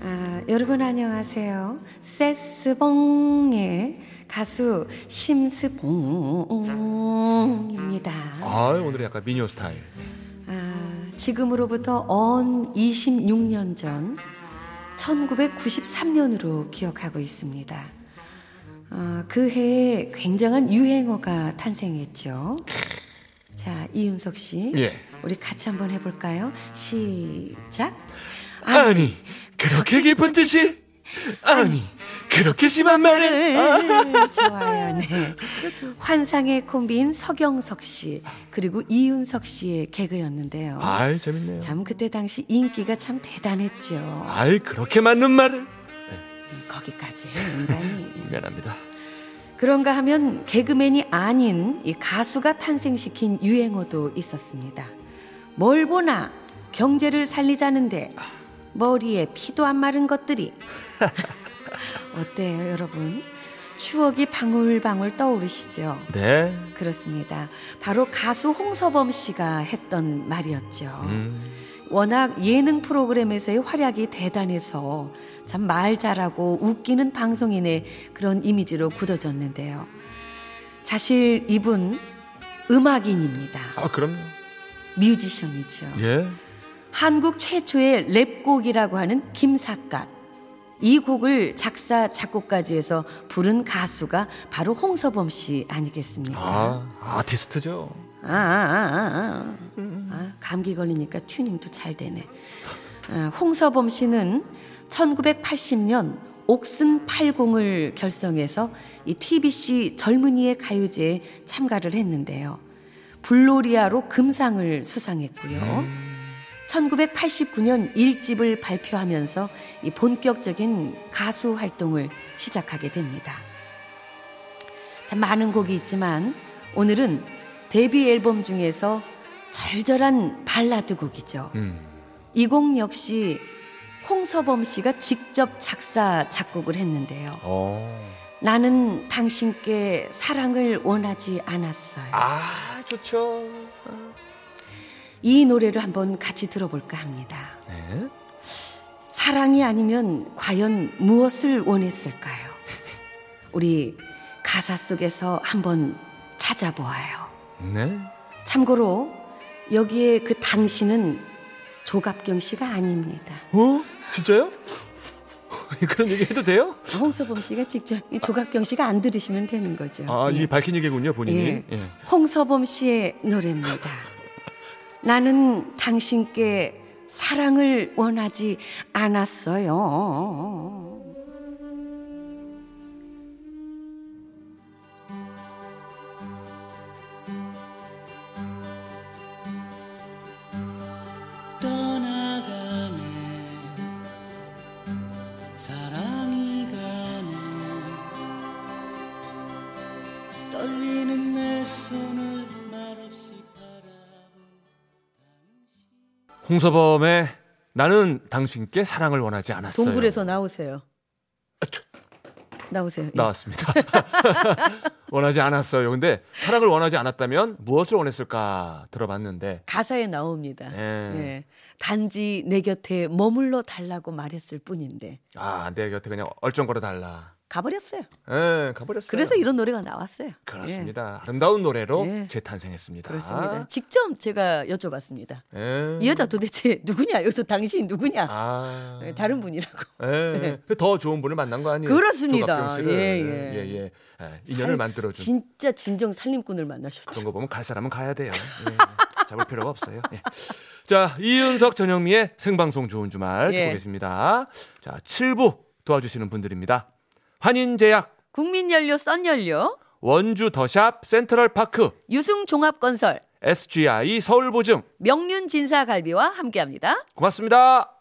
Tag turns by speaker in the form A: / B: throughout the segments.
A: 아, 여러분 안녕하세요 세스봉의 가수 심스봉입니다
B: 아 오늘 약간 미니어 스타일.
A: 아, 지금으로부터 언 26년 전 1993년으로 기억하고 있습니다. 아, 그 해에 굉장한 유행어가 탄생했죠. 자, 이윤석 씨.
B: 예.
A: 우리 같이 한번 해볼까요? 시작.
B: 아니 그렇게 깊은 뜻이 아니 그렇게 심한 말을
A: 아, 좋아요. 네. 환상의 콤비인 서경석 씨, 그리고 이윤석 씨의 개그였는데요.
B: 아이 재밌네요.
A: 참, 그때 당시 인기가 참 대단했죠.
B: 아이 그렇게 맞는 말을
A: 거기까지 인간이
B: 미안합니다.
A: 그런가 하면 개그맨이 아닌 이 가수가 탄생시킨 유행어도 있었습니다. 뭘 보나 경제를 살리자는데 머리에 피도 안 마른 것들이 어때요 여러분? 추억이 방울방울 떠오르시죠?
B: 네.
A: 그렇습니다. 바로 가수 홍서범 씨가 했던 말이었죠.
B: 음,
A: 워낙 예능 프로그램에서의 활약이 대단해서 참 말 잘하고 웃기는 방송인의 그런 이미지로 굳어졌는데요. 사실 이분 음악인입니다.
B: 아 그럼요.
A: 뮤지션이죠.
B: 예.
A: 한국 최초의 랩곡이라고 하는 김삿갓. 이 곡을 작사 작곡까지 해서 부른 가수가 바로 홍서범 씨 아니겠습니까?
B: 아 아티스트죠.
A: 아, 아, 아, 아. 아, 감기 걸리니까 튜닝도 잘 되네. 아, 홍서범 씨는 1980년 옥슨 80을 결성해서 이 TBC 젊은이의 가요제에 참가를 했는데요. 불로리아로 금상을 수상했고요. 1989년 일집을 발표하면서 이 본격적인 가수 활동을 시작하게 됩니다. 참 많은 곡이 있지만 오늘은 데뷔 앨범 중에서 절절한 발라드 곡이죠.
B: 음.
A: 이 곡 역시 홍서범 씨가 직접 작사 작곡을 했는데요.
B: 어.
A: 나는 당신께 사랑을 원하지 않았어요.
B: 아 좋죠.
A: 이 노래를 한번 같이 들어볼까 합니다.
B: 네.
A: 사랑이 아니면 과연 무엇을 원했을까요? 우리 가사 속에서 한번 찾아보아요.
B: 네.
A: 참고로 여기에 그 당신은 조갑경 씨가 아닙니다.
B: 어? 진짜요? 그런 얘기 해도 돼요?
A: 홍서범 씨가 직접 이 조갑경 씨가 안 들으시면 되는 거죠.
B: 아,
A: 예.
B: 이게 밝힌 얘기군요, 본인이.
A: 예.
B: 예.
A: 홍서범 씨의 노래입니다. 나는 당신께 사랑을 원하지 않았어요.
C: 떠나가네 사랑이 가네 떨리는 내 손을 말없이 바라본
B: 홍서범의 나는 당신께 사랑을 원하지 않았어요. 아,
D: 동굴에서 나오세요.
A: 나오세요. 예.
B: 나왔습니다. 원하지 않았어요. 근데 사랑을 원하지 않았다면 무엇을 원했을까 들어봤는데
A: 가사에 나옵니다.
B: 예.
A: 예. 단지 내 곁에 머물러 달라고 말했을 뿐인데
B: 아 내 곁에 그냥 얼쩡거려 달라.
A: 가버렸어요.
B: 예, 가버렸어요.
A: 그래서 이런 노래가 나왔어요. 예.
B: 그렇습니다. 아름다운 노래로
A: 예.
B: 재탄생했습니다.
A: 그렇습니다. 직접 제가 여쭤봤습니다.
B: 예.
A: 이 여자 도대체 누구냐? 여기서 당신 누구냐?
B: 아.
A: 예, 다른 분이라고.
B: 예. 더 좋은 분을 만난 거 아니에요?
A: 그렇습니다.
B: 조갑경 씨를.
A: 예, 예.
B: 예, 예. 예, 인연을 만들어준
A: 진짜 진정 살림꾼을 만나셨죠.
B: 그런 거 보면 갈 사람은 가야 돼요. 예. 잡을 필요가 없어요. 예. 자, 이윤석 전영미의 생방송 좋은 주말
A: 예.
B: 듣고 계십니다. 자, 7부 도와주시는 분들입니다. 한인제약,
A: 국민연료 썬연료,
B: 원주 더샵, 센트럴파크,
A: 유승종합건설,
B: SGI 서울보증.
A: 명륜진사갈비와 함께합니다.
B: 고맙습니다.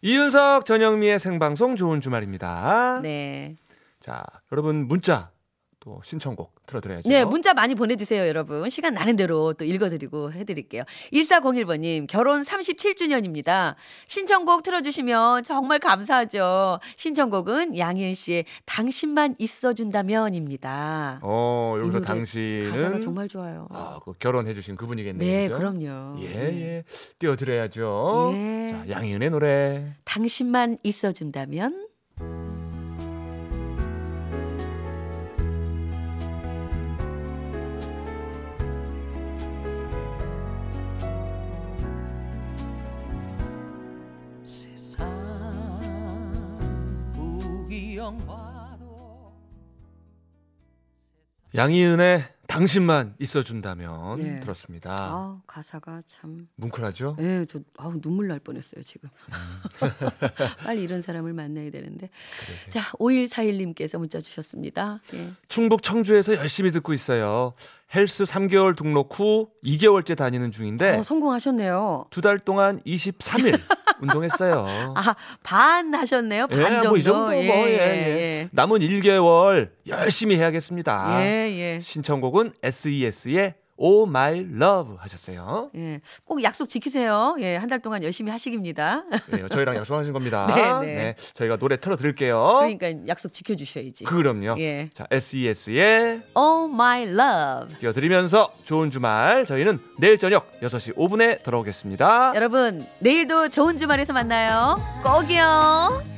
B: 이윤석 전영미의 생방송 좋은 주말입니다.
A: 네.
B: 자, 여러분 문자 또 신청곡 들어드려야죠.
A: 네, 문자 많이 보내주세요, 여러분. 시간 나는 대로 또 읽어드리고 해드릴게요. 1401번님, 결혼 37주년입니다. 신청곡 틀어주시면 정말 감사하죠. 신청곡은 양희은 씨의 당신만 있어준다면입니다.
B: 어,
A: 이
B: 여기서
A: 노래 가사가
B: 당신은
A: 정말 좋아요.
B: 아, 그 결혼해주신 그분이겠네요.
A: 네,
B: 그죠?
A: 그럼요.
B: 예, 예. 띄워드려야죠.
A: 음. 예.
B: 자, 양희은의 노래.
A: 당신만 있어준다면
B: 양희은의 당신만 있어준다면
A: 예.
B: 들었습니다.
A: 아, 가사가 참
B: 뭉클하죠?
A: 예, 저 아우 눈물 날 뻔했어요, 지금.
B: 음.
A: 빨리 이런 사람을 만나야 되는데. 자, 5141님께서 문자 주셨습니다. 예.
B: 충북 청주에서 열심히 듣고 있어요. 헬스 3개월 등록 후 2개월째 다니는 중인데
A: 어, 성공하셨네요.
B: 두 달 동안 23일 운동했어요.
A: 아, 반 하셨네요. 반 정도.
B: 예, 뭐이 정도 뭐 예, 예. 남은 1개월 열심히 해야겠습니다.
A: 예, 예.
B: 신청곡은 E SES의 Oh My Love 하셨어요.
A: 예. 꼭 약속 지키세요. 예, 한 달 동안 열심히 하시깁니다.
B: 네, 저희랑 약속하신 겁니다.
A: 네,
B: 네,
A: 네.
B: 저희가 노래 틀어 드릴게요.
A: 그러니까 약속 지켜 주셔야지.
B: 럼요
A: 예.
B: 자, SES의
A: Oh my love.
B: 띄워 드리면서 좋은 주말 저희는 내일 저녁 6시 5분에 돌아오겠습니다.
A: 여러분, 내일도 좋은 주말에서 만나요. 꼭이요.